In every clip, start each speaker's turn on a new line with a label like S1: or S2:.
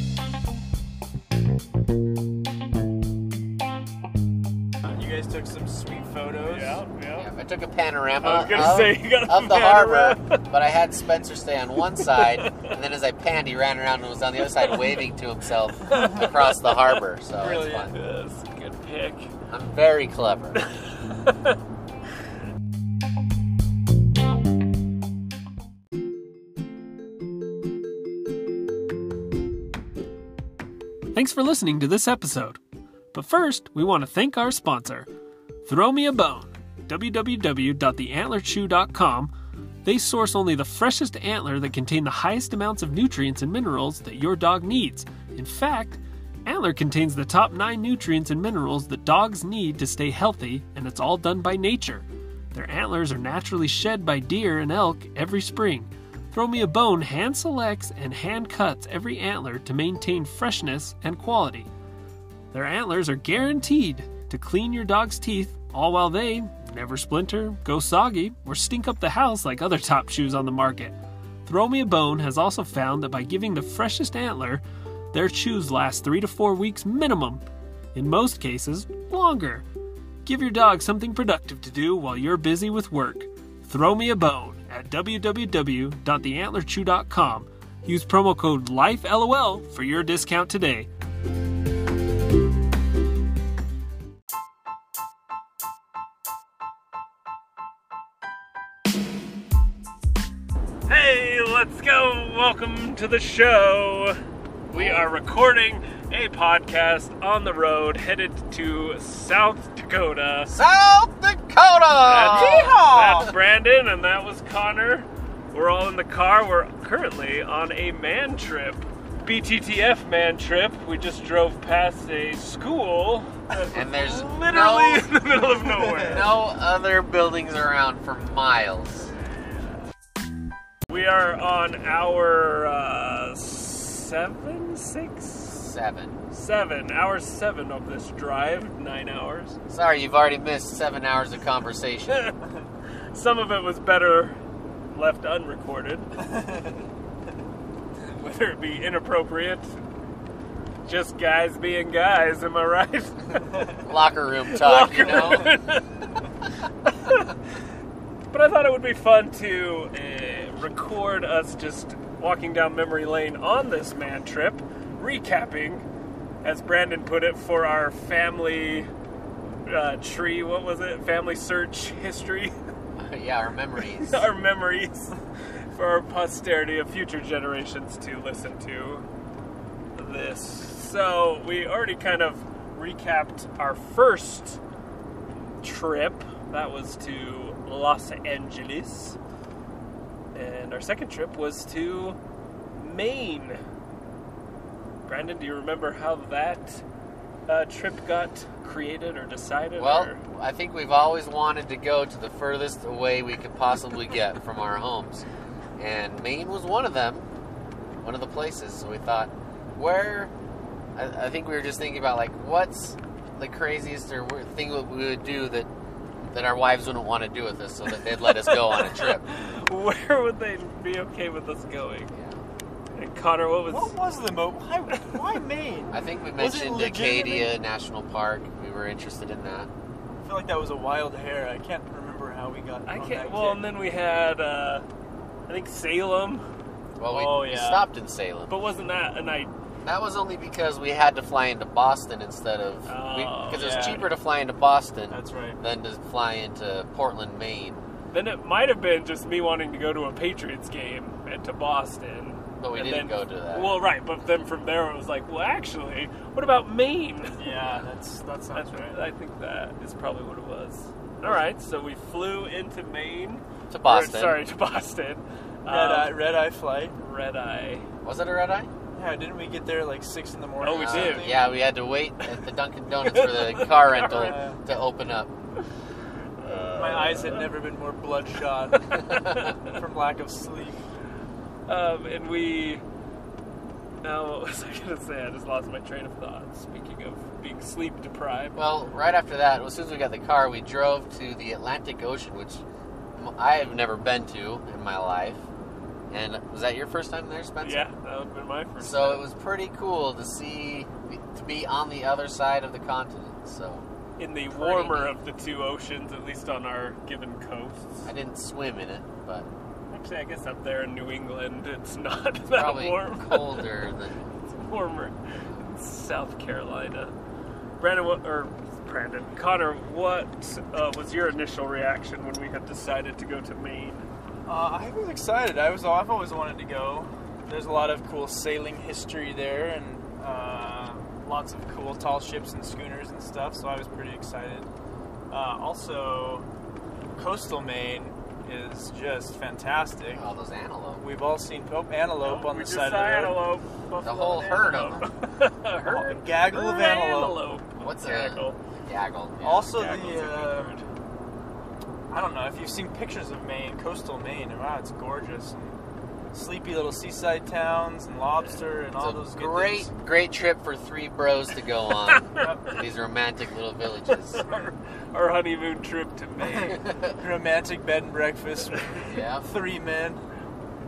S1: Uh, You guys took some sweet photos.
S2: Yeah, yeah.
S3: I took a panorama
S2: I was gonna
S3: Uh, of,
S2: say, you got a
S3: of the harbor,
S2: panorama.
S3: but I had Spencer stay on one side, and then as I panned, he ran around and was on the other side waving to himself across the harbor. So it's
S2: Brilliant.
S3: fun.
S2: Yeah, That's a good pick.
S3: I'm very clever.
S4: Thanks for listening to this episode. But first, we want to thank our sponsor, Throw Me a Bone, www.theantlerchew.com. They source only the freshest antler that contain the highest amounts of nutrients and minerals that your dog needs. In fact, antler contains the top 9 nutrients and minerals that dogs need to stay healthy, and it's all done by nature. Their antlers are naturally shed by deer and elk every spring. Throw Me a Bone hand selects and hand cuts every antler to maintain freshness and quality. Their antlers are guaranteed to clean your dog's teeth, all while they never splinter, go soggy, or stink up the house like other top shoes on the market. Throw Me a Bone has also found that by giving the freshest antler, their chews last three to four weeks minimum, in most cases, longer. Give your dog something productive to do while you're busy with work. Throw me a bone at www.theantlerchew.com. Use promo code LIFELOL for your discount today.
S2: Hey, let's go. Welcome to the show. We are recording a podcast on the road headed to South Dakota.
S3: South
S2: That's,
S3: Dakota!
S2: that's Brandon, and that was Connor. We're all in the car. We're currently on a man trip, BTTF man trip. We just drove past a school that
S3: And there's
S2: was literally
S3: no,
S2: in the middle of nowhere.
S3: no other buildings around for miles.
S2: We are on our uh, seven, six,
S3: Seven.
S2: seven, hour seven of this drive, nine hours.
S3: Sorry, you've already missed seven hours of conversation.
S2: Some of it was better left unrecorded, whether it be inappropriate. Just guys being guys, am I right?
S3: Locker room talk, you know?
S2: But I thought it would be fun to uh, record us just walking down memory lane on this man trip, recapping, as Brandon put it, for our family uh, tree. What was it? Family search history,
S3: yeah, our memories.
S2: our memories for our posterity of future generations to listen to this. So we already kind of recapped our first trip. That was to Los Angeles. And our second trip was to Maine. Brandon, do you remember how that uh, trip got created or decided?
S3: Well,
S2: or-
S3: I think we've always wanted to go to the furthest away we could possibly get from our homes. And Maine was one of them, one of the places. So we thought, where? I, I think we were just thinking about, like, what's the craziest or weird thing that we would do that, that our wives wouldn't want to do with us so that they'd let us go on a trip?
S2: where would they be okay with us going? And Connor, what was?
S1: What was the mo? Why, why Maine?
S3: I think we
S1: Was it
S3: mentioned
S1: legitimately-
S3: Acadia National Park. We were interested in that.
S1: I feel like that was a wild hair. I can't remember how we got.
S2: I
S1: on
S2: can't.
S1: that
S2: Well,
S1: kick.
S2: and then we had, uh, I think Salem,
S3: Well, we,
S2: Oh,
S3: we
S2: yeah.
S3: stopped in Salem.
S2: but wasn't that an I?
S3: That was only because we had to fly into Boston instead of
S2: Oh,
S3: because it was
S2: yeah.
S3: cheaper to fly into Boston
S1: that's right.
S3: than to fly into Portland, Maine.
S2: Then it might have been just me wanting to go to a Patriots game and to Boston.
S3: But we
S2: And
S3: didn't
S2: then-
S3: go to that.
S2: Well, right, but then from there it was like, well, actually, what about Maine?
S1: Yeah, that's that
S2: I,
S1: sounds
S2: th-
S1: right.
S2: I think that is probably what it was. All right, so we flew into Maine.
S3: to
S2: or,
S3: Boston.
S2: sorry, to Boston. Um,
S1: Red eye, red eye flight.
S2: Red eye.
S3: Was it a red eye? Uh,
S1: Yeah, didn't we get there like six in the morning?
S2: Oh, we
S1: or
S2: did.
S1: something?
S3: Yeah, we had to wait at the Dunkin' Donuts for the car rental
S1: rental.
S3: to open up.
S1: My eyes had never been more bloodshot from lack of sleep.
S2: Um, and we. Now, what was I going to say? I just lost my train of thought. Speaking of being sleep deprived.
S3: Well, right after that, as soon as we got the car, we drove to the Atlantic Ocean, which m- I have never been to in my life, And was that your first time there, Spencer?
S2: Yeah, that would have been my first.
S3: So it was pretty cool to see, to be on the other side of the continent. So
S2: in the warmer of the two oceans, at least on our given coasts.
S3: I didn't swim in it, but
S2: Actually, I guess up there in New England, it's not that
S3: probably
S2: warm.
S3: colder than.
S2: It's warmer in South Carolina. Brandon, what, or Brandon, Connor, what uh, was your initial reaction when we had decided to go to Maine?
S1: Uh, I was excited. I was. I've always wanted to go. There's a lot of cool sailing history there, and uh, lots of cool tall ships and schooners and stuff. So I was pretty excited. Uh, also, coastal Maine is just fantastic.
S3: All those antelope.
S1: We've all seen Pope antelope on
S2: we
S1: the
S2: just
S1: side of the
S2: saw
S1: road.
S2: antelope.
S3: The
S2: buffalo
S3: whole
S2: and
S3: herd of
S2: antelope.
S3: them.
S2: A herd,
S1: A gaggle of
S2: herd
S1: antelope.
S2: antelope.
S3: What's a-
S2: gaggle?
S3: Gaggle. yeah.
S1: Also,
S2: Gaggle's a
S1: the
S2: good
S1: uh,
S2: word.
S1: I don't know if you've seen pictures of Maine, coastal Maine. and Wow, it's gorgeous. And sleepy little seaside towns and lobster and all
S3: It's a
S1: those good
S3: great,
S1: things.
S3: great trip for three bros to go on
S1: Yep.
S3: to these romantic little villages.
S2: our, our honeymoon trip to Maine.
S1: romantic bed and breakfast Oh, with
S3: Yeah.
S1: three men.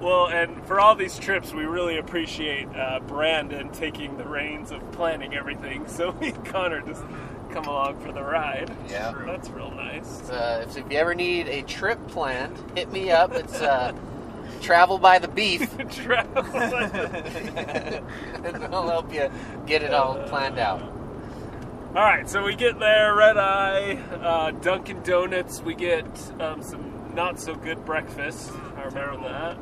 S2: well, and for all these trips, we really appreciate uh, Brandon taking the reins of planning everything. So me and Connor just come along for the ride.
S3: Yeah.
S2: That's real nice.
S3: Uh, if, if you ever need a trip planned, hit me up. It's uh, travel by the beef,
S2: Travel.
S3: and I'll help you get it all planned out.
S2: All right, so we get there, red eye, uh, Dunkin' Donuts. We get um, some not so good breakfast.
S1: Mm,
S2: I remember that.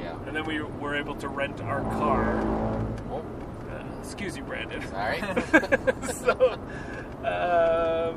S3: Yeah.
S2: And then we were able to rent our car.
S3: Oh,
S2: Uh, excuse you, Brandon.
S3: sorry.
S2: so, um,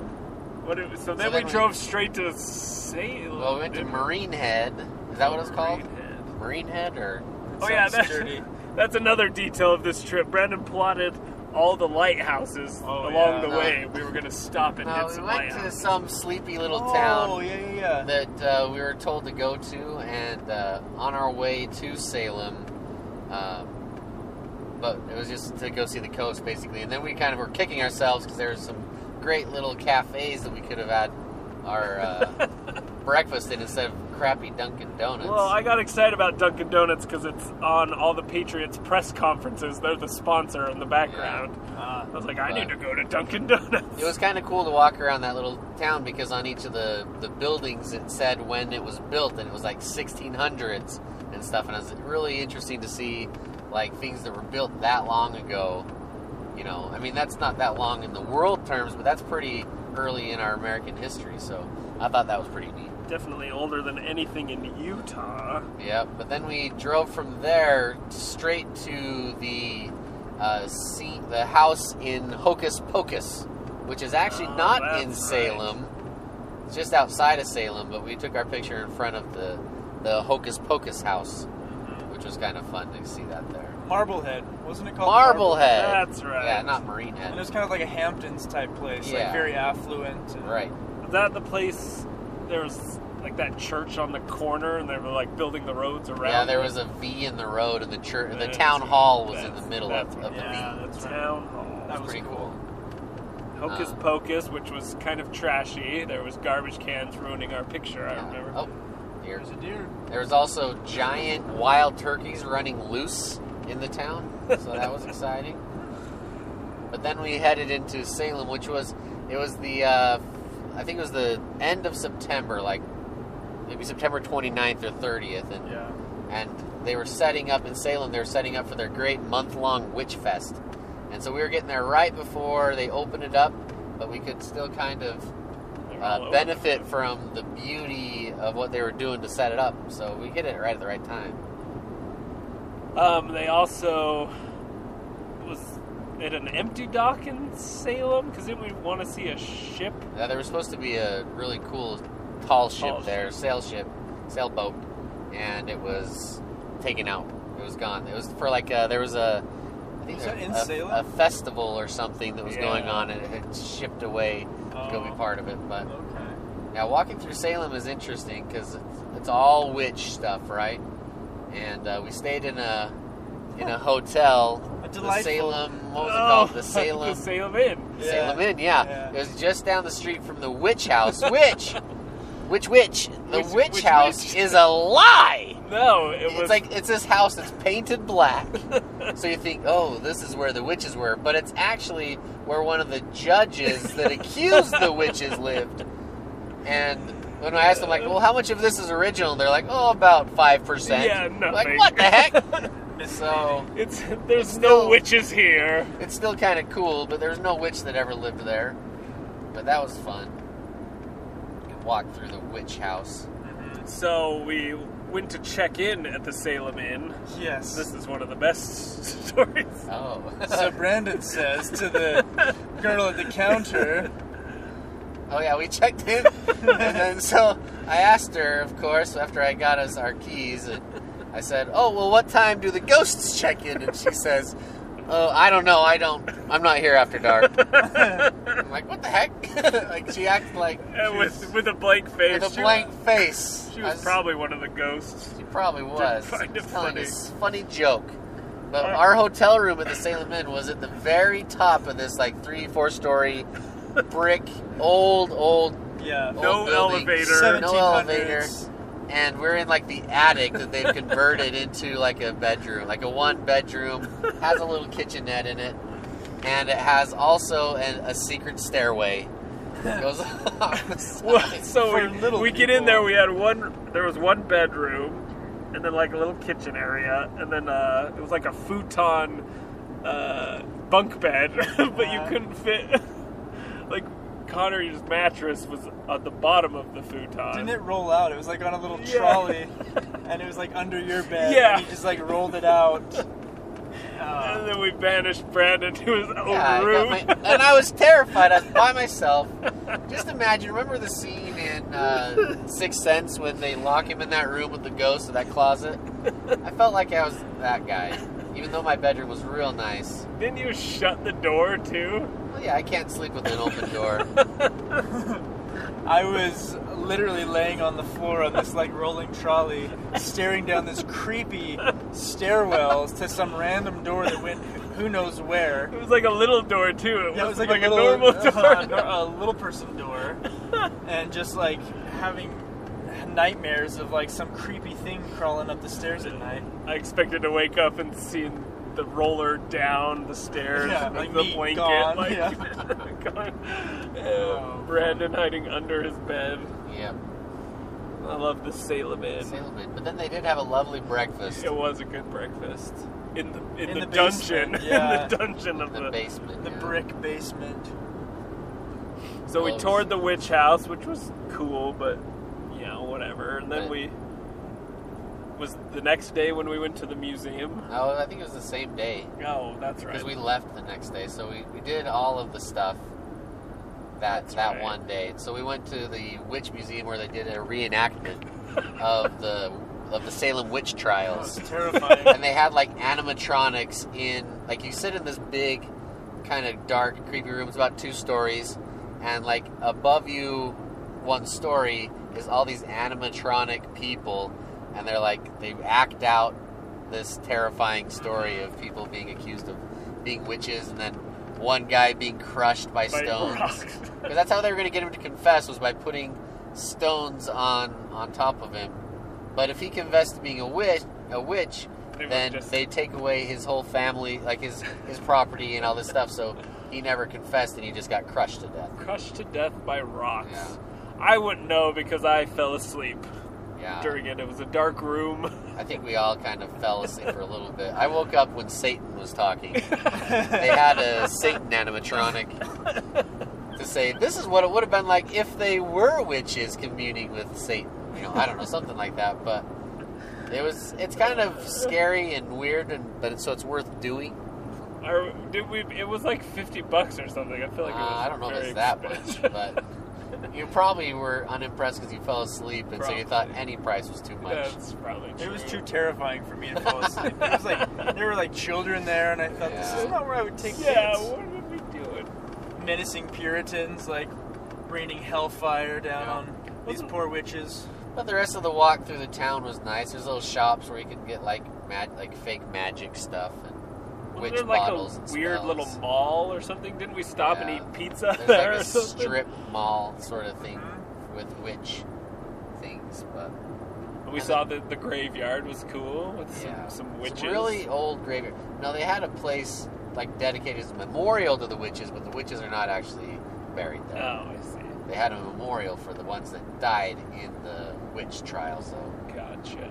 S2: what it was, so, then
S3: then
S2: we
S3: we-
S2: drove straight to Salem.
S3: Well, we went to Marine Head. Is that what it's called?
S2: Marinehead.
S3: Marine Head, or
S2: Oh yeah,
S1: Sounds
S2: that's,
S1: dirty.
S2: that's another detail of this trip. Brandon plotted all the lighthouses
S1: Oh,
S2: along
S1: yeah.
S2: the
S3: No.
S2: way. We were gonna stop and
S3: no?
S2: hit
S3: Uh, We
S2: some
S3: went to
S2: lighthouses.
S3: some sleepy little
S1: Oh
S3: town
S1: yeah, yeah, yeah.
S3: that uh, we were told to go to, and uh, on our way to Salem, um, but it was just to go see the coast basically. And then we kind of were kicking ourselves because there were some great little cafes that we could have had our uh, breakfast in instead of crappy Dunkin' Donuts.
S2: Well, I got excited about Dunkin' Donuts because it's on all the Patriots press conferences. They're the sponsor in the background.
S3: Uh,
S2: I was like, I need to
S3: Right.
S2: go to Dunkin' Donuts.
S3: It was kind of cool to walk around that little town because on each of the, the buildings it said when it was built and it was like 1600s and stuff. And it was really interesting to see like things that were built that long ago. You know, I mean, that's not that long in the world terms, but that's pretty early in our American history. So I thought that was pretty neat.
S2: definitely older than anything in Utah.
S3: Yeah, but then we drove from there straight to the uh, sea, the house in Hocus Pocus, which is actually
S2: Oh,
S3: not in
S2: that's
S3: Salem. It's just outside of Salem, but we took our picture in front of the the Hocus Pocus house,
S2: Mm-hmm.
S3: which was kind of fun to see that there.
S1: Marblehead, wasn't it called?
S3: Marblehead.
S2: Oh, That's right.
S3: Yeah, not
S1: And it
S3: Marinehead.
S1: was kind of like a Hamptons type place,
S3: Yeah.
S1: like very affluent. And
S3: Right.
S2: Is that the place? There was like that church on the corner, and they were like building the roads around.
S3: Yeah, there
S2: it.
S3: was a V in the road, and the church, the
S2: That's
S3: town
S2: right.
S3: hall was in
S2: That's-
S3: the middle of,
S2: that's
S3: of
S2: right.
S3: the
S1: Yeah,
S3: V.
S1: that's right.
S2: town hall.
S1: That was
S3: pretty
S1: cool.
S2: Hocus
S3: Uh,
S2: Pocus, which was kind of trashy. There was garbage cans ruining our picture. I
S3: Yeah.
S2: remember.
S3: Oh, here's
S1: There's a deer.
S3: There was also giant wild turkeys running loose in the town, so that was exciting. But then we headed into Salem, which was it was the uh, I think it was the end of September, like maybe September 29th or 30th, and
S1: Yeah.
S3: and they were setting up in Salem. They were setting up for their great month-long witch fest, and so we were getting there right before they opened it up, but we could still kind of
S2: They were all
S3: uh,
S2: over.
S3: benefit from the beauty of what they were doing to set it up. So we hit it right at the right time.
S2: Um, they also was at an empty dock in Salem because then we want to see a ship.
S3: Now, Uh, there was supposed to be a really cool tall ship
S2: Tall
S3: there, sail ship, sailboat, and it was taken out. It was gone. It was for like a, there was a I think
S1: Was
S3: there-
S1: that in
S3: a,
S1: Salem?
S3: a festival or something that was
S2: Yeah.
S3: going on, and it had shipped away to go be
S1: Oh.
S3: part of it. But
S1: Okay.
S3: Now, walking through Salem is interesting because it's, it's all witch stuff, right? And uh, we stayed in a in a hotel,
S1: A
S3: the
S1: delightful-
S3: Salem, what was it called? The Salem,
S2: the Salem Inn.
S1: Yeah.
S3: Salem Inn, yeah.
S1: Yeah.
S3: It was just down the street from the witch house. Witch, which witch? The
S2: Which-
S3: witch
S2: which
S3: house
S2: witch?
S3: is a lie.
S2: No, it was
S3: It's like it's this house that's painted black. so you think, oh, this is where the witches were, but it's actually where one of the judges that accused the witches lived. And when I asked them, like, well, how much of this is original? They're like, oh, about five percent.
S2: Yeah, nothing.
S3: Like, what the heck? so
S2: it's there's
S3: It's
S2: no
S3: still-
S2: witches here.
S3: it's still kind of cool, but there's no witch that ever lived there. But that was fun. You could walk through the witch house.
S2: So we went to check in at the Salem Inn.
S1: Yes.
S2: This is one of the best stories.
S3: Oh,
S1: So Brandon says to the girl at the counter,
S3: Oh yeah, we checked in, and then so I asked her, of course, after I got us our keys, and I said, "Oh well, what time do the ghosts check in?" And she says, "Oh, I don't know. I don't. I'm not here after dark." I'm like, "What the heck?" like she acted like
S2: And with with a blank face.
S3: with a
S2: she-
S3: blank face.
S2: She
S3: I
S2: was probably one of the ghosts.
S3: She probably was.
S2: find it
S3: She's telling
S2: funny.
S3: this funny joke. But
S2: Uh,
S3: our hotel room at the Salem Inn was at the very top of this like three, four story brick, old, old
S1: yeah,
S3: old
S2: No
S3: building.
S2: elevator.
S3: No elevator.
S1: 1700s.
S3: And we're in like the attic that they've converted into like a bedroom, like a one bedroom, has a little kitchenette in it, and it has also an, a secret stairway. It goes off the
S2: Well,
S3: side.
S2: so
S1: For
S2: we,
S1: little
S2: we get in
S1: people.
S2: there. We had one. There was one bedroom, and then like a little kitchen area, and then uh, it was like a futon uh, bunk bed, but you
S1: Uh-huh.
S2: couldn't fit. like Connor's mattress was at the bottom of the futon.
S1: Didn't it roll out? It was like on a little
S2: Yeah.
S1: trolley, and it was like under your bed.
S2: Yeah.
S1: and you just like rolled it out.
S2: And
S1: Uh,
S2: then we banished Brandon to his own
S3: Yeah, I got
S2: room.
S3: my- and I was terrified. I was by myself. Just imagine. Remember the scene in uh, Sixth Sense when they lock him in that room with the ghost of that closet? I felt like I was that guy, even though my bedroom was real nice.
S2: Didn't you shut the door too?
S3: Well, yeah, I can't sleep with an open door.
S1: I was literally laying on the floor on this like rolling trolley, staring down this creepy stairwells to some random door that went who knows where.
S2: It was like a little door too. It
S1: Yeah,
S2: was like, a, normal door.
S1: uh, nor- a little person door, and just like having nightmares of like some creepy thing crawling up the stairs at night.
S2: I expected to wake up and see the roller down the stairs
S1: Yeah,
S2: with
S1: like
S2: the
S1: me,
S2: blanket,
S1: gone,
S2: like
S1: yeah.
S2: gone. Uh,
S1: Oh,
S2: Brandon hiding under his bed.
S3: yep.
S2: I love the Salem Inn.
S3: Salem Inn. But then they did have a lovely breakfast
S2: It was a good breakfast in the in,
S1: In
S2: the,
S1: the
S2: dungeon,
S1: basement, yeah.
S2: in the dungeon of
S3: in the basement.
S1: The
S3: yeah.
S1: brick basement.
S2: So we
S3: Close.
S2: toured the witch house, which was cool, but you know, whatever. And then
S3: Right.
S2: we was the next day when we went to the museum.
S3: Oh, I think it was the same day
S2: Oh, that's right.
S3: because we left the next day. So we, we did all of the stuff that that
S2: right.
S3: one day. So we went to the witch museum where they did a reenactment of the of the Salem witch
S1: That
S3: trials.
S1: was terrifying.
S3: and they had like animatronics in like you sit in this big kind of dark creepy room it's about two stories and like above you one story is all these animatronic people and they're like they act out this terrifying story of people being accused of being witches and then one guy being crushed by
S2: By
S3: stones
S2: rocks.
S3: because that's how they were going to get him to confess was by putting stones on on top of him. But if he confessed to being a witch, a witch,
S2: They would
S3: then
S2: just-
S3: they take away his whole family, like his his property and all this stuff. So he never confessed, and he just got crushed to death.
S2: crushed to death by rocks.
S3: Yeah.
S2: I wouldn't know because I fell asleep
S3: Yeah,
S2: during it. It was a dark room.
S3: I think we all kind of fell asleep for a little bit. I woke up when Satan was talking. they had a Satan animatronic to say, "This is what it would have been like if they were witches communing with Satan." You know, I don't know, something like that. But it was, it's kind of scary and weird, and but it, so it's worth doing.
S2: Or did we? It was like fifty bucks or something. I feel like it
S3: Uh,
S2: was.
S3: I don't know if
S2: very
S3: it's that much,
S2: expensive.
S3: but you probably were unimpressed because you fell asleep, and so you thought
S2: Probably.
S3: any price was too much.
S2: That's probably true.
S1: It was too terrifying for me to fall asleep. It was like there were like children there, and I thought this is
S3: Yeah.
S1: not where I would take
S2: Yeah,
S1: kids.
S2: what are we doing?
S1: Menacing Puritans, like raining hellfire down
S3: Yeah.
S1: on these poor witches.
S3: But the rest of the walk through the town was nice. There's little shops where you could get like mag- like fake magic stuff and
S2: Was
S3: witch
S2: there like
S3: bottles
S2: a
S3: and
S2: weird
S3: spells.
S2: little mall or something? Didn't we stop
S3: Yeah.
S2: and eat pizza
S3: There's
S2: there
S3: like
S2: or
S3: a
S2: something? Uh-huh.
S3: strip mall sort of thing with witch things, but
S2: We saw that the graveyard was cool with some,
S3: Yeah.
S2: some
S3: It's
S2: witches.
S3: really old graveyard. No, they had a place like dedicated as a memorial to the witches, but the witches are not actually buried
S2: Oh,
S3: there.
S2: I see.
S3: They had a memorial for the ones that died in the witch trials, though.
S2: Gotcha.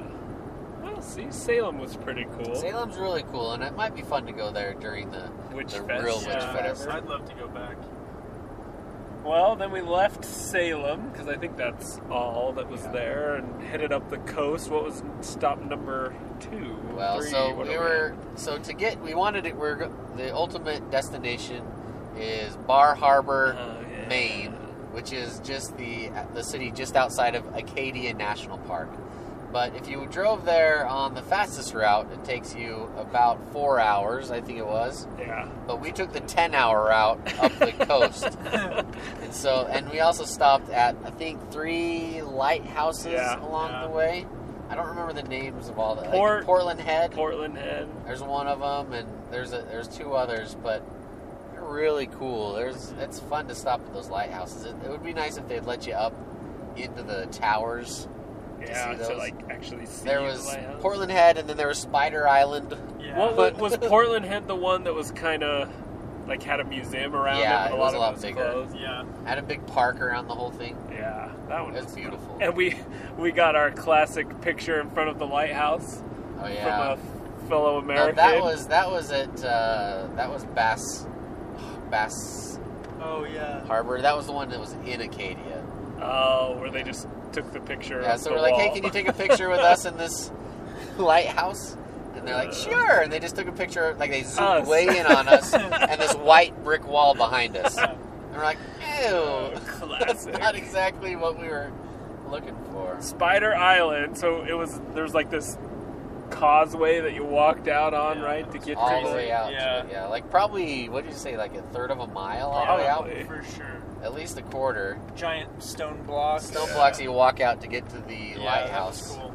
S2: Well, see, Salem was pretty cool.
S3: Salem's really cool, and it might be fun to go there during the
S2: Witch
S3: the
S2: Fest.
S3: real
S1: Yeah,
S3: Witch Fest.
S1: I'd love to go back.
S2: Well, then we left Salem because I think that's all that was
S3: Yeah.
S2: there, and headed up the coast. What was stop number two?
S3: Well,
S2: Three,
S3: so
S2: what
S3: we
S2: are
S3: were so to get we wanted it. We're go- the ultimate destination is Bar
S2: at?
S3: Harbor,
S2: Oh, yeah.
S3: Maine, which is just the the city just outside of Acadia National Park. But if you drove there on the fastest route, it takes you about four hours, I think it was.
S2: Yeah.
S3: But we took the ten-hour route up the coast, and so and we also stopped at I think three lighthouses
S2: Yeah,
S3: along
S1: yeah.
S3: the way. I don't remember the names of all the like
S2: Port-
S3: Portland Head.
S2: Portland Head.
S3: There's one of them, and there's a, there's two others, but they're really cool. There's
S2: Mm-hmm.
S3: it's fun to stop at those lighthouses. It, it would be nice if they'd let you up into the towers.
S2: Yeah,
S3: see
S2: to
S3: those?
S2: like actually see.
S3: There
S2: the
S3: was
S2: lighthouse.
S3: Portland Head, and then there was Spider Island.
S1: Yeah.
S2: What
S3: but-
S2: was, was Portland Head the one that was kind of like had a museum around it,
S3: Yeah, it
S2: but a lot
S3: was a
S2: of
S3: lot
S2: it was
S3: bigger.
S2: closed?
S1: Yeah.
S3: Had a big park around the whole thing.
S2: Yeah, that
S3: It
S2: one.
S3: was
S2: Was
S3: beautiful.
S2: and we we got our classic picture in front of the lighthouse
S3: Oh yeah.
S2: from uh, a fellow
S3: No,
S2: American.
S3: that was that was at uh, that was Bass Bass
S1: Oh yeah.
S3: Harbor. That was the one that was in Acadia.
S2: Oh, where they just took the picture.
S3: Yeah,
S2: of
S3: so
S2: the
S3: we're like, hey,
S2: wall."
S3: can you take a picture with us in this lighthouse? And they're like, sure. And they just took a picture, like they zoomed
S2: Us.
S3: way in on us and this white brick wall behind us. And we're like,
S2: Oh,
S3: ew. That's
S2: classic.
S3: not exactly what we were looking for.
S2: Spider Island. So it was there's like this causeway that you walked out on,
S1: Yeah,
S2: right,
S1: that
S2: to
S1: was
S2: get
S3: All
S2: to
S3: the
S2: the.
S3: way out.
S1: yeah.
S3: Yeah. To it, yeah, like probably, what did you say, like a third of a mile all the way out?
S2: Probably.
S1: For sure.
S3: At least a quarter.
S1: Giant stone blocks.
S3: Snow blocks you walk out to get to the
S1: Yeah,
S3: lighthouse.
S1: That was cool.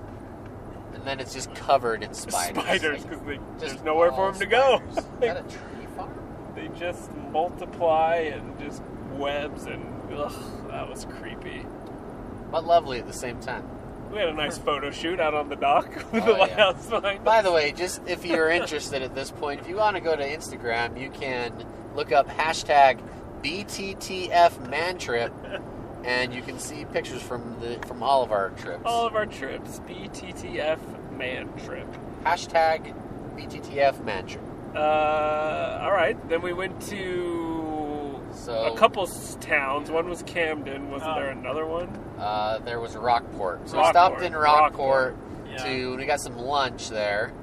S3: And then it's just covered in spiders.
S2: Spiders,
S3: Like,
S2: because
S3: just
S2: there's nowhere for
S3: all
S2: them to go.
S3: spiders. Is that a tree farm?
S2: They just multiply and just webs and ugh, that was creepy.
S3: but lovely at the same time.
S2: We had a nice photo shoot out on the dock with
S3: Oh,
S2: the
S3: yeah.
S2: lighthouse behind
S3: By
S2: us.
S3: the way, just if you're interested at this point, if you want to go to Instagram, you can look up hashtag BTTF Mantrip, and you can see pictures from the from all of our trips.
S2: All of our trips, BTTF man trip.
S3: Hashtag BTTF Mantrip.
S2: Uh, all right, then we went to
S3: So-
S2: a couple s- towns. One was Camden. Wasn't
S1: Oh.
S2: there another one?
S3: Uh, there was Rockport, so we
S2: Rockport,
S3: stopped in Rockport,
S2: Rockport,
S3: to we got some lunch there,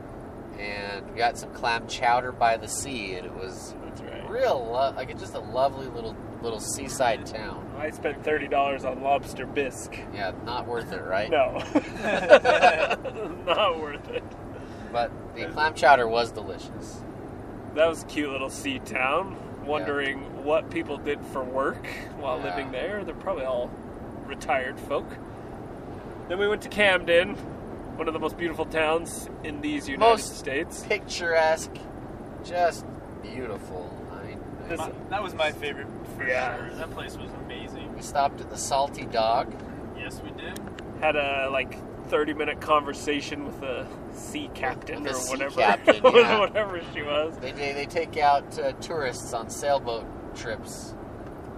S3: and we got some clam chowder by the sea, and it was
S2: That's right.
S3: real lo- like it's just a lovely little little seaside town.
S2: I spent thirty dollars on lobster bisque.
S3: Yeah, not worth it, right?
S2: No, not worth it.
S3: But the clam chowder was delicious.
S2: That was a cute little sea town. Wondering what people did for work while
S3: Yeah.
S2: living there. They're probably all retired folk. Then we went to Camden, one of the most beautiful towns in these United
S3: Most-
S2: States.
S3: Picturesque, just beautiful. I mean,
S2: This-
S1: My- that was my favorite for
S2: Yeah.
S1: sure. That place was amazing.
S3: we stopped at the Salty Dog.
S1: Yes, we did.
S2: Had a like 30 minute conversation with a sea captain
S3: With a
S2: or
S3: sea
S2: whatever,
S3: captain,
S2: with
S3: yeah.
S2: whatever she was.
S3: They they, they take out uh, tourists on sailboat trips,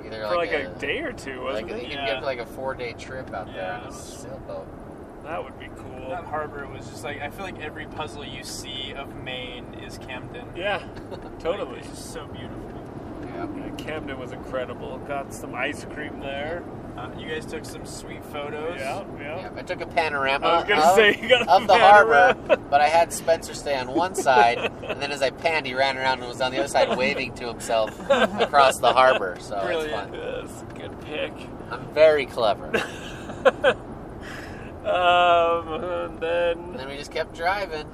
S3: either
S2: for
S3: like,
S2: like a, day or two,
S3: like
S2: wasn't
S3: you
S2: it?
S3: can
S1: Yeah.
S3: get like a four day trip out there
S1: Yeah,
S3: on
S1: it
S3: a
S1: was-
S3: sailboat.
S2: That would be cool.
S1: That harbor was just like I feel like every puzzle you see of Maine is Camden.
S2: Yeah,
S1: Like,
S2: totally.
S1: it's just so beautiful.
S3: Yeah.
S2: Yeah, Camden was incredible. Got some ice cream there.
S1: Uh, you guys took some sweet photos.
S2: Yeah, yeah.
S3: Yeah, I took a panorama
S2: I was gonna
S3: of,
S2: say, you got a
S3: of the
S2: panorama.
S3: harbor, but I had Spencer stay on one side, and then as I panned, he ran around and was on the other side waving to himself across the harbor. So it's
S1: Brilliant.
S3: Oh, fun.
S2: That's a good pick.
S3: I'm very clever.
S2: Um, and
S3: And
S2: then
S3: then we just kept driving,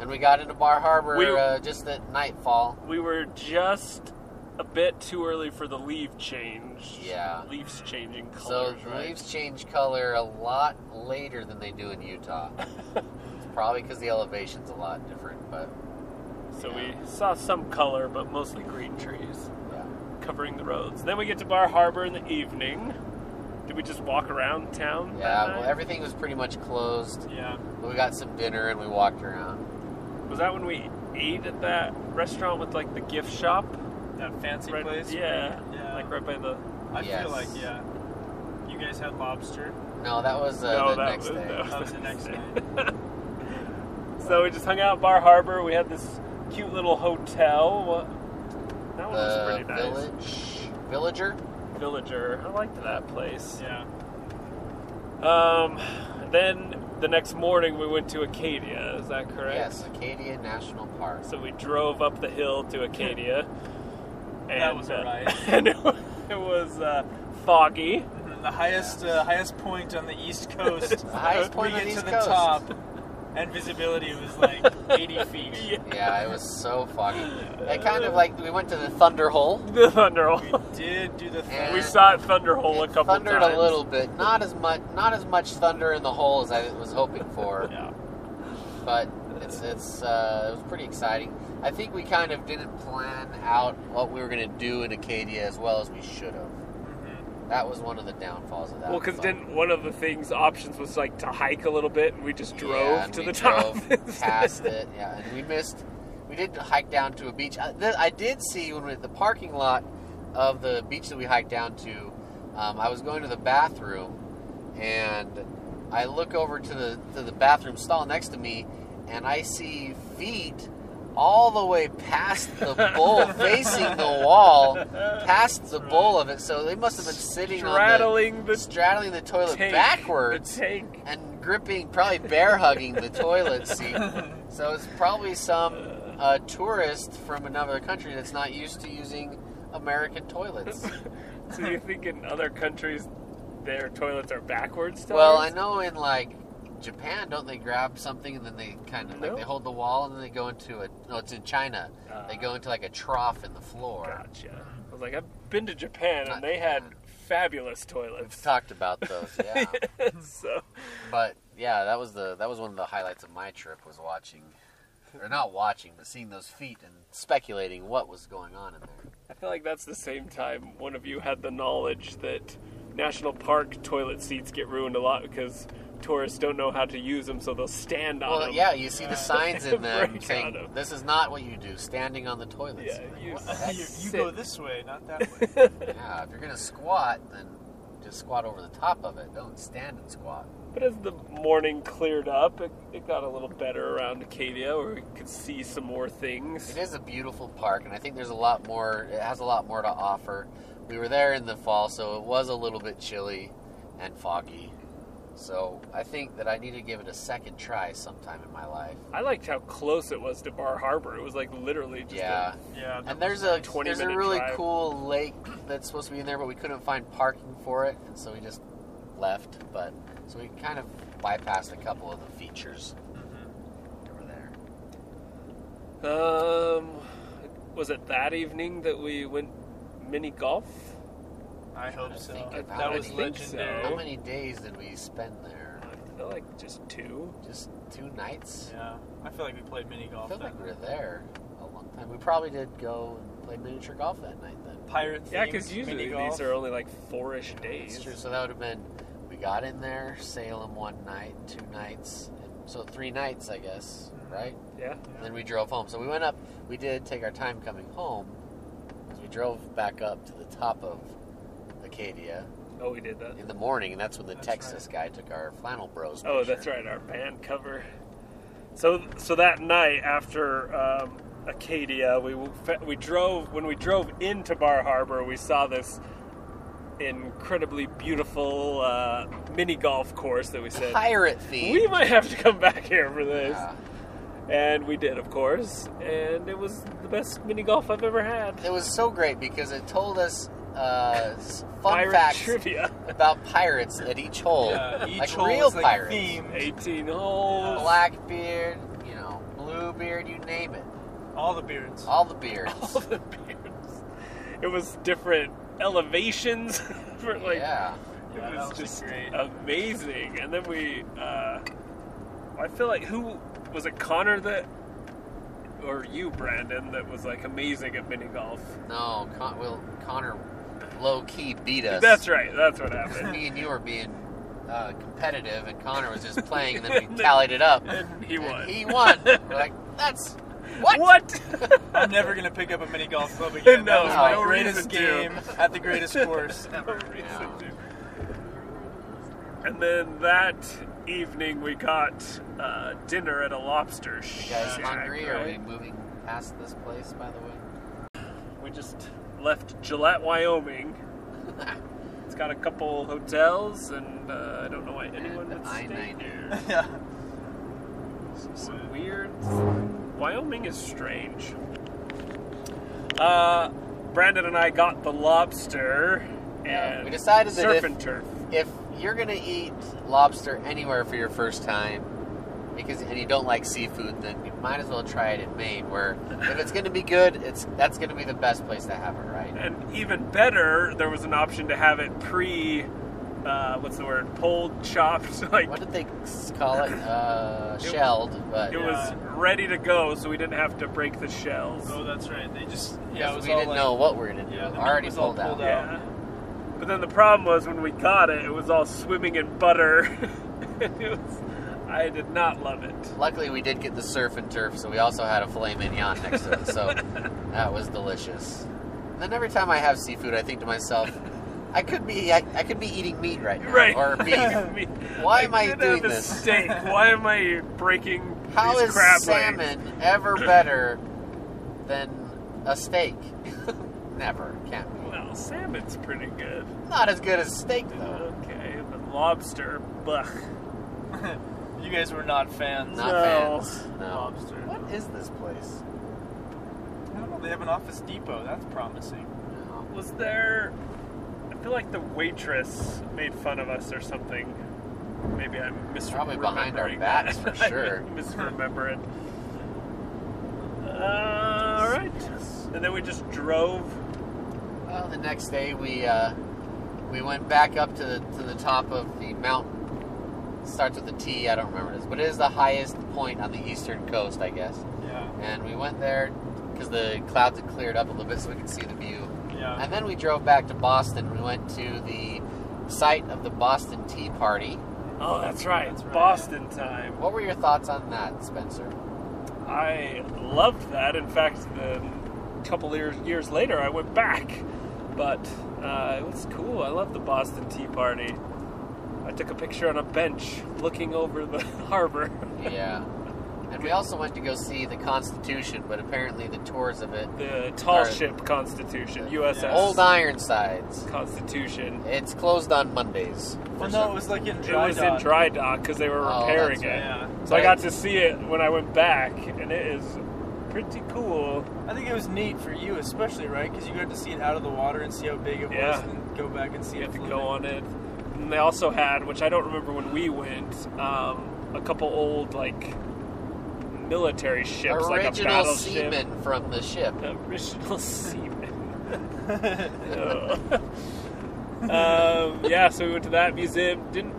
S3: and we got into Bar Harbor
S2: We-
S3: uh, just at nightfall.
S2: we were just a bit too early for the leaf change.
S3: Yeah.
S2: Leaves changing
S3: so
S2: colors.
S3: the
S2: right?
S3: leaves change color a lot later than they do in Utah. it's probably because the elevation's a lot different, but
S2: So
S3: yeah.
S2: we saw some color, but mostly green trees
S3: yeah.
S2: covering the roads. Then we get to Bar Harbor in the evening. Did we just walk around town? that
S3: Yeah, well,
S2: night?
S3: everything was pretty much closed.
S1: Yeah.
S3: We got some dinner and we walked around.
S2: was that when we ate at that restaurant with like the gift shop?
S1: That fancy
S2: Right,
S1: place.
S2: yeah,
S1: Yeah.
S2: like right by the.
S1: I
S3: Yes.
S1: feel like yeah. You guys had lobster.
S3: No, that was uh,
S2: no,
S3: the
S2: that
S3: next
S2: was,
S3: day.
S2: that
S1: That was the next night.
S2: So we just hung out at Bar Harbor. We had this cute little hotel. That one was pretty
S3: The
S2: nice.
S3: Uh, village villager.
S2: Villager. I liked that place.
S1: Yeah.
S2: Um, then the next morning we went to Acadia. Is that correct?
S3: Yes, Acadia National Park.
S2: So we drove up the hill to Acadia. and,
S1: That was a
S2: uh,
S1: ride.
S2: and it wa- it was uh, foggy.
S1: The highest uh, highest point on the east coast.
S3: The highest point
S1: we
S3: on
S1: get
S3: the
S1: to
S3: East
S1: the
S3: Coast.
S1: top, and visibility was like 80 feet.
S2: Yeah.
S3: Yeah, it was so foggy. It kind of like we went to the Thunder Hole.
S2: The thunder
S1: We
S2: hole.
S1: did do the
S3: And-
S1: thing.
S2: We saw it thunder hole a
S3: It
S2: couple
S3: thundered
S2: times.
S3: a little bit, not as much, not as much thunder in the hole as I was hoping for,
S1: Yeah.
S3: but it's it's uh, it was pretty exciting. I think we kind of didn't plan out what we were going to do in Acadia as well as we should have. That was one of the downfalls of that.
S2: Mm-hmm. Well, because
S3: but-
S2: didn't one of the things options was like to hike a little bit, and we just drove
S3: Yeah, and
S2: to
S3: we
S2: the
S3: drove
S2: top.
S3: past it. Yeah, and we missed. We did hike down to a beach. I, th- I did see when we the parking lot of the beach that we hiked down to. Um, I was going to the bathroom, and I look over to the to the bathroom stall next to me, and I see feet all the way past the bowl, facing the wall, past the bowl of it. So they must have been sitting
S2: straddling
S3: on
S2: the,
S3: the straddling the toilet
S2: tank,
S3: backwards
S2: The tank.
S3: and gripping, probably bear hugging the toilet seat. So it's probably some uh, tourist from another country that's not used to using American toilets.
S2: So you think in other countries their toilets are backwards? to
S3: Well, I
S2: ours?
S3: know in like Japan, don't they grab something and then they kind of like
S2: No.
S3: they hold the wall and then they go into a no, it's in China. They go into like a trough in the floor.
S2: Gotcha. I was like, I've been to Japan
S3: Not
S2: and they had
S3: Japan.
S2: fabulous
S3: We've
S2: toilets.
S3: talked about those, yeah.
S2: so
S3: But yeah, that was the that was one of the highlights of my trip was watching, or not watching, but seeing those feet and speculating what was going on in there.
S2: I feel like that's the same time one of you had the knowledge that national park toilet seats get ruined a lot because tourists don't know how to use them, so they'll stand on
S3: Well,
S2: them.
S3: yeah, you see the signs in them
S2: Break out
S3: saying,
S2: of-
S3: "This is not what you do." Standing on the toilets.
S2: Yeah, you
S1: you, you
S2: sit.
S1: go this way, not that way.
S3: Yeah, if you're gonna squat, then just squat over the top of it. Don't stand and squat.
S2: But as the morning cleared up, it, it got a little better around Acadia where we could see some more things.
S3: It is a beautiful park, and I think there's a lot more. It has a lot more to offer. We were there in the fall, so it was a little bit chilly and foggy. So I think that I need to give it a second try sometime in my life.
S2: I liked how close it was to Bar Harbor. It was like literally just a-
S3: Yeah.
S1: Yeah.
S3: And there's a
S2: 20
S3: there's a
S2: minute
S3: really
S2: drive.
S3: cool lake that's supposed to be in there, but we couldn't find parking for it, and so we just left. But so we kind of bypassed a couple of the features
S1: Mm-hmm.
S3: that were there.
S2: Um, was it that evening that we went mini golf?
S1: I hope
S3: I
S1: so.
S3: think
S1: That,
S3: about
S1: that
S3: it.
S1: was
S3: I
S2: think so.
S1: legendary.
S3: How many days did we spend there?
S2: I feel like just two.
S3: Just two nights.
S1: Yeah. I feel like we played mini
S3: I
S1: golf.
S3: feel
S1: That
S3: like we were there a long time. We probably did go and play miniature golf that night then.
S1: pirate.
S2: Yeah, because
S1: themed
S2: usually
S1: mini-golf.
S2: these are only like four-ish
S3: It's
S2: days.
S3: true. So that would have been we got in there, Salem one night, two nights, and so three nights, I guess,
S2: Mm-hmm.
S3: right?
S2: Yeah.
S3: And then we drove home. So we went up. We did take our time coming home because we drove back up to the top of Acadia
S2: Oh, we did that.
S3: in the morning, and that's when the
S1: That's
S3: Texas guy took our flannel bros.
S2: Oh,
S3: picture.
S2: that's right, our band cover. So, so that night after um, Acadia, we w- fe- we drove when we drove into Bar Harbor, we saw this incredibly beautiful uh, mini golf course that we said
S3: Pirate theme.
S2: we might have to come back here for this,
S3: Yeah.
S2: and we did, of course, and it was the best mini golf I've ever had.
S3: It was so great because it told us uh, s- fun
S2: Pirate
S3: facts
S2: trivia,
S3: about pirates at each hole,
S1: Yeah, each
S3: like
S1: hole
S3: real
S1: is like
S3: pirates.
S1: themed.
S2: eighteen holes.
S3: Blackbeard, you know, Bluebeard, you name it,
S1: All the beards.
S3: all the beards.
S2: all the beers. It was different elevations for like
S3: yeah,
S1: Yeah,
S2: it
S1: that
S2: was
S1: was
S2: just
S1: great.
S2: amazing. And then we uh I feel like who was it Connor that or you Brandon that was like amazing at mini golf.
S3: no, Con- well, Connor low key beat us.
S2: That's right. That's what happened.
S3: Me and you were being uh, competitive, and Connor was just playing, and then we tallied it up.
S2: And he
S3: and
S2: won.
S3: He won. We're like, that's what?
S2: What?
S1: I'm never gonna pick up a mini golf club again.
S2: No,
S1: that was my
S3: no
S1: greatest
S2: reason to.
S1: game at the greatest course ever.
S3: Yeah.
S2: And then that evening we got uh, dinner at a lobster
S3: You
S2: shack.
S3: guys hungry? Are we
S2: right?
S3: moving past this place, by the way?
S2: We just left Gillette, Wyoming. it's got a couple hotels, and uh, I don't know why anyone
S3: And
S2: would stay
S3: I-90.
S2: here.
S1: Yeah.
S2: Some weird. Wyoming is strange. Uh, Brandon and I got the lobster and
S3: Yeah, we decided that
S2: surf
S3: if-
S2: and turf.
S3: If you're gonna eat lobster anywhere for your first time, because and you don't like seafood, then you might as well try it in Maine. Where if it's gonna be good, it's that's gonna be the best place to have it, right?
S2: And even better, there was an option to have it pre, uh, what's the word, pulled, chopped, like
S3: What did they s- call it? Uh, shelled, but
S2: it was ready to go, so we didn't have to break the shells.
S1: Oh, that's right. They just yeah. It
S3: because
S1: was
S3: we
S1: all
S3: didn't
S1: like,
S3: know what we were gonna do.
S1: yeah, the meat
S3: Already
S1: was all
S3: pulled out.
S1: pulled out.
S2: Yeah. But then the problem was when we got it, it was all swimming in butter. it was, I did not love it.
S3: Luckily, we did get the surf and turf, so we also had a filet mignon next to it, so that was delicious. And then every time I have seafood, I think to myself, I could be I, I could be eating meat right now,
S2: Right.
S3: or beef.
S2: mean,
S3: Why am I
S2: could
S3: doing
S2: have a
S3: this?
S2: steak. Why am I breaking
S3: How
S2: these
S3: is
S2: crab legs?
S3: salmon ever better than a steak? Never, can't be.
S2: Well, salmon's pretty good.
S3: Not as good as steak though.
S2: Okay, but lobster, blech.
S1: You guys were not fans.
S3: Not
S2: No.
S3: fans. No.
S1: Lobster.
S3: What is this place?
S1: I don't know. They have an Office Depot. That's promising.
S3: No.
S2: Was there? I feel like the waitress made fun of us or something. Maybe I'm misremembering.
S3: Probably behind our
S2: that.
S3: backs, for
S2: I
S3: sure.
S2: misremember it. Uh, all right, and then we just drove.
S3: Well, the next day we uh, we went back up to the, to the top of the mountain. starts with a T. I don't remember this, but it is the highest point on the eastern coast, I guess.
S1: Yeah.
S3: And we went there because the clouds had cleared up a little bit, so we could see the view.
S1: Yeah.
S3: And then we drove back to Boston. We went to the site of the Boston Tea Party.
S2: Oh, that's right,
S1: That's right.
S2: Boston time.
S3: What were your thoughts on that, Spencer?
S2: I loved that. In fact, the couple years years later, I went back, but uh, it was cool. I loved the Boston Tea Party. I took a picture on a bench looking over the harbor.
S3: Yeah. And we also went to go see the Constitution, but apparently the tours of it.
S2: The tall
S3: Right.
S2: ship Constitution, USS
S3: Old Ironsides.
S2: Constitution.
S3: It's closed on Mondays.
S1: well, no, it was like in
S2: It
S1: dry
S2: was in
S1: dock.
S2: dry dock because they were
S3: Oh,
S2: repairing
S3: that's
S2: it.
S3: right.
S1: Yeah.
S2: So I got to see it when I went back, and it is pretty cool.
S1: I think it was neat for you, especially, right? Because you got to see it out of the water and see how big it
S2: Yeah.
S1: was, and then go back and see
S2: you
S1: it.
S2: have to
S1: floating.
S2: go on it. And they also had, which I don't remember when we went, um, a couple old like military ships, like a
S3: Original
S2: battleship.
S3: seamen from the ship.
S2: Original seamen. Ugh. um, yeah, so we went to that museum. Didn't?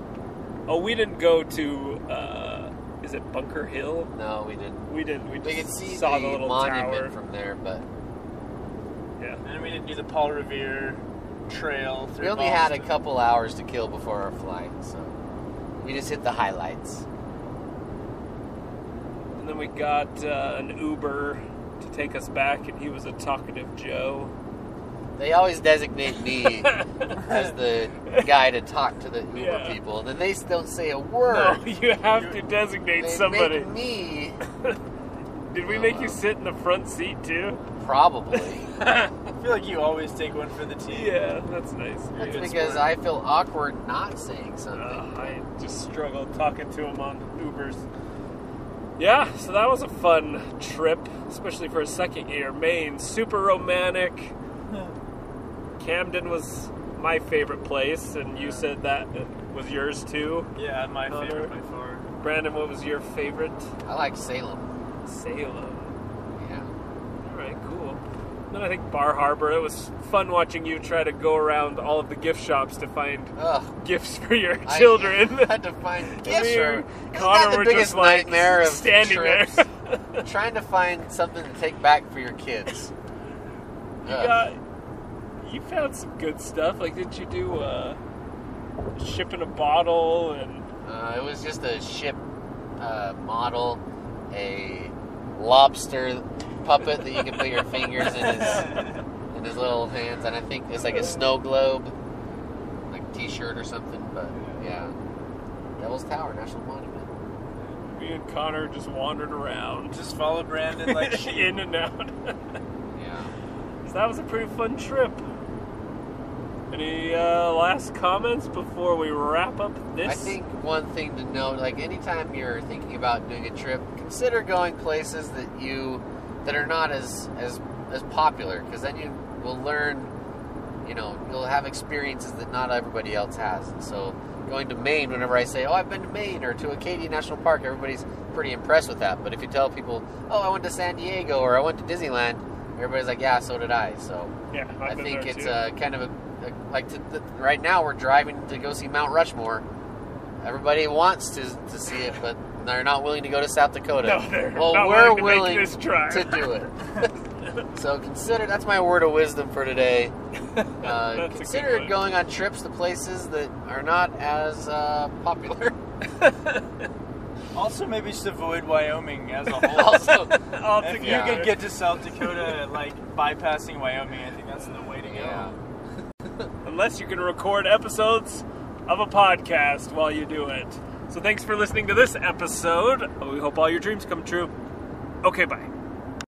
S2: Oh, we didn't go to. Uh, is it Bunker Hill?
S3: No, we didn't.
S2: We didn't. We just
S3: We could see
S2: saw
S3: the,
S2: the, little
S3: monument
S2: tower.
S3: from there, but
S2: yeah.
S1: And we didn't do the Paul Revere Trail. Through
S3: we only had a
S1: Boston.
S3: couple hours to kill before our flight, so we just hit the highlights.
S2: And then we got uh, an Uber to take us back, and he was a talkative Joe.
S3: They always designate me as the guy to talk to the Uber
S2: Yeah.
S3: people, and then they don't say a
S2: No,
S3: word.
S2: Oh, you have to
S3: they
S2: designate
S3: make
S2: somebody.
S3: me
S2: Did we
S3: Oh,
S2: make
S3: wow.
S2: you sit in the front seat too?
S3: probably.
S1: I feel like you always take one for the team.
S2: Yeah, that's nice.
S3: That's
S2: Good
S3: because
S2: sport.
S3: I feel awkward not saying something.
S2: Ugh, Uh, I just struggled talking to him on Ubers. Yeah, so that was a fun trip, especially for a second year. Maine, super romantic. Camden was my favorite place, and you said that was yours too.
S1: Yeah, my
S2: Another-
S1: favorite by far.
S2: Brandon, what was your favorite?
S3: I like Salem.
S2: Salem.
S3: Yeah.
S2: All right, cool. Then I think Bar Harbor. It was fun watching you try to go around all of the gift shops to find
S3: Ugh.
S2: gifts for your
S3: I
S2: children.
S3: had to find gifts.
S2: We
S3: for-
S2: were-
S3: Isn't
S2: Connor
S3: that the
S2: were
S3: biggest
S2: just like
S3: nightmare of
S2: standing
S3: trips?
S2: there.
S3: Trying to find something to take back for your kids.
S2: you
S3: Ugh.
S2: got you found some good stuff. Like, didn't you do uh, shipping a bottle and
S3: Uh, it was just a ship uh, model, a lobster puppet that you can put your fingers in his in his little hands, and I think it's like a snow globe, like T-shirt or something. But yeah, Devil's Tower National Monument.
S2: me and Connor just wandered around,
S1: Just follow Brandon like
S2: like
S1: she.
S2: in and out.
S3: Yeah.
S2: So that was a pretty fun trip. Any uh, last comments before we wrap up this?
S3: I think one thing to note, like anytime you're thinking about doing a trip, consider going places that you that are not as as as popular, because then you will learn, you know, you'll have experiences that not everybody else has. And so, going to Maine, whenever I say, "Oh, I've been to Maine" or to Acadia National Park, everybody's pretty impressed with that. But if you tell people, "Oh, I went to San Diego" or "I went to Disneyland," everybody's like, "Yeah, so did I." So.
S2: Yeah,
S3: I
S2: I've been
S3: think
S2: there
S3: it's
S2: too.
S3: uh, kind of a, a like to, th right now we're driving to go see Mount Rushmore. Everybody wants to, to see it, but they're not willing to go to South Dakota.
S2: No, they're
S3: well,
S2: not
S3: we're
S2: willing to make
S3: willing
S2: this drive.
S3: to do it. so consider that's my word of wisdom for today. Uh,
S2: That's a good
S3: consider
S2: one.
S3: going on trips to places that are not as uh, popular.
S1: Also, maybe just avoid Wyoming as a whole.
S3: also,
S1: if you
S2: Altogether.
S1: could get to South Dakota, like bypassing Wyoming, I think that's the way to go.
S3: yeah,
S2: unless you can record episodes of a podcast while you do it. So thanks for listening to this episode. We hope all your dreams come true. Okay, bye.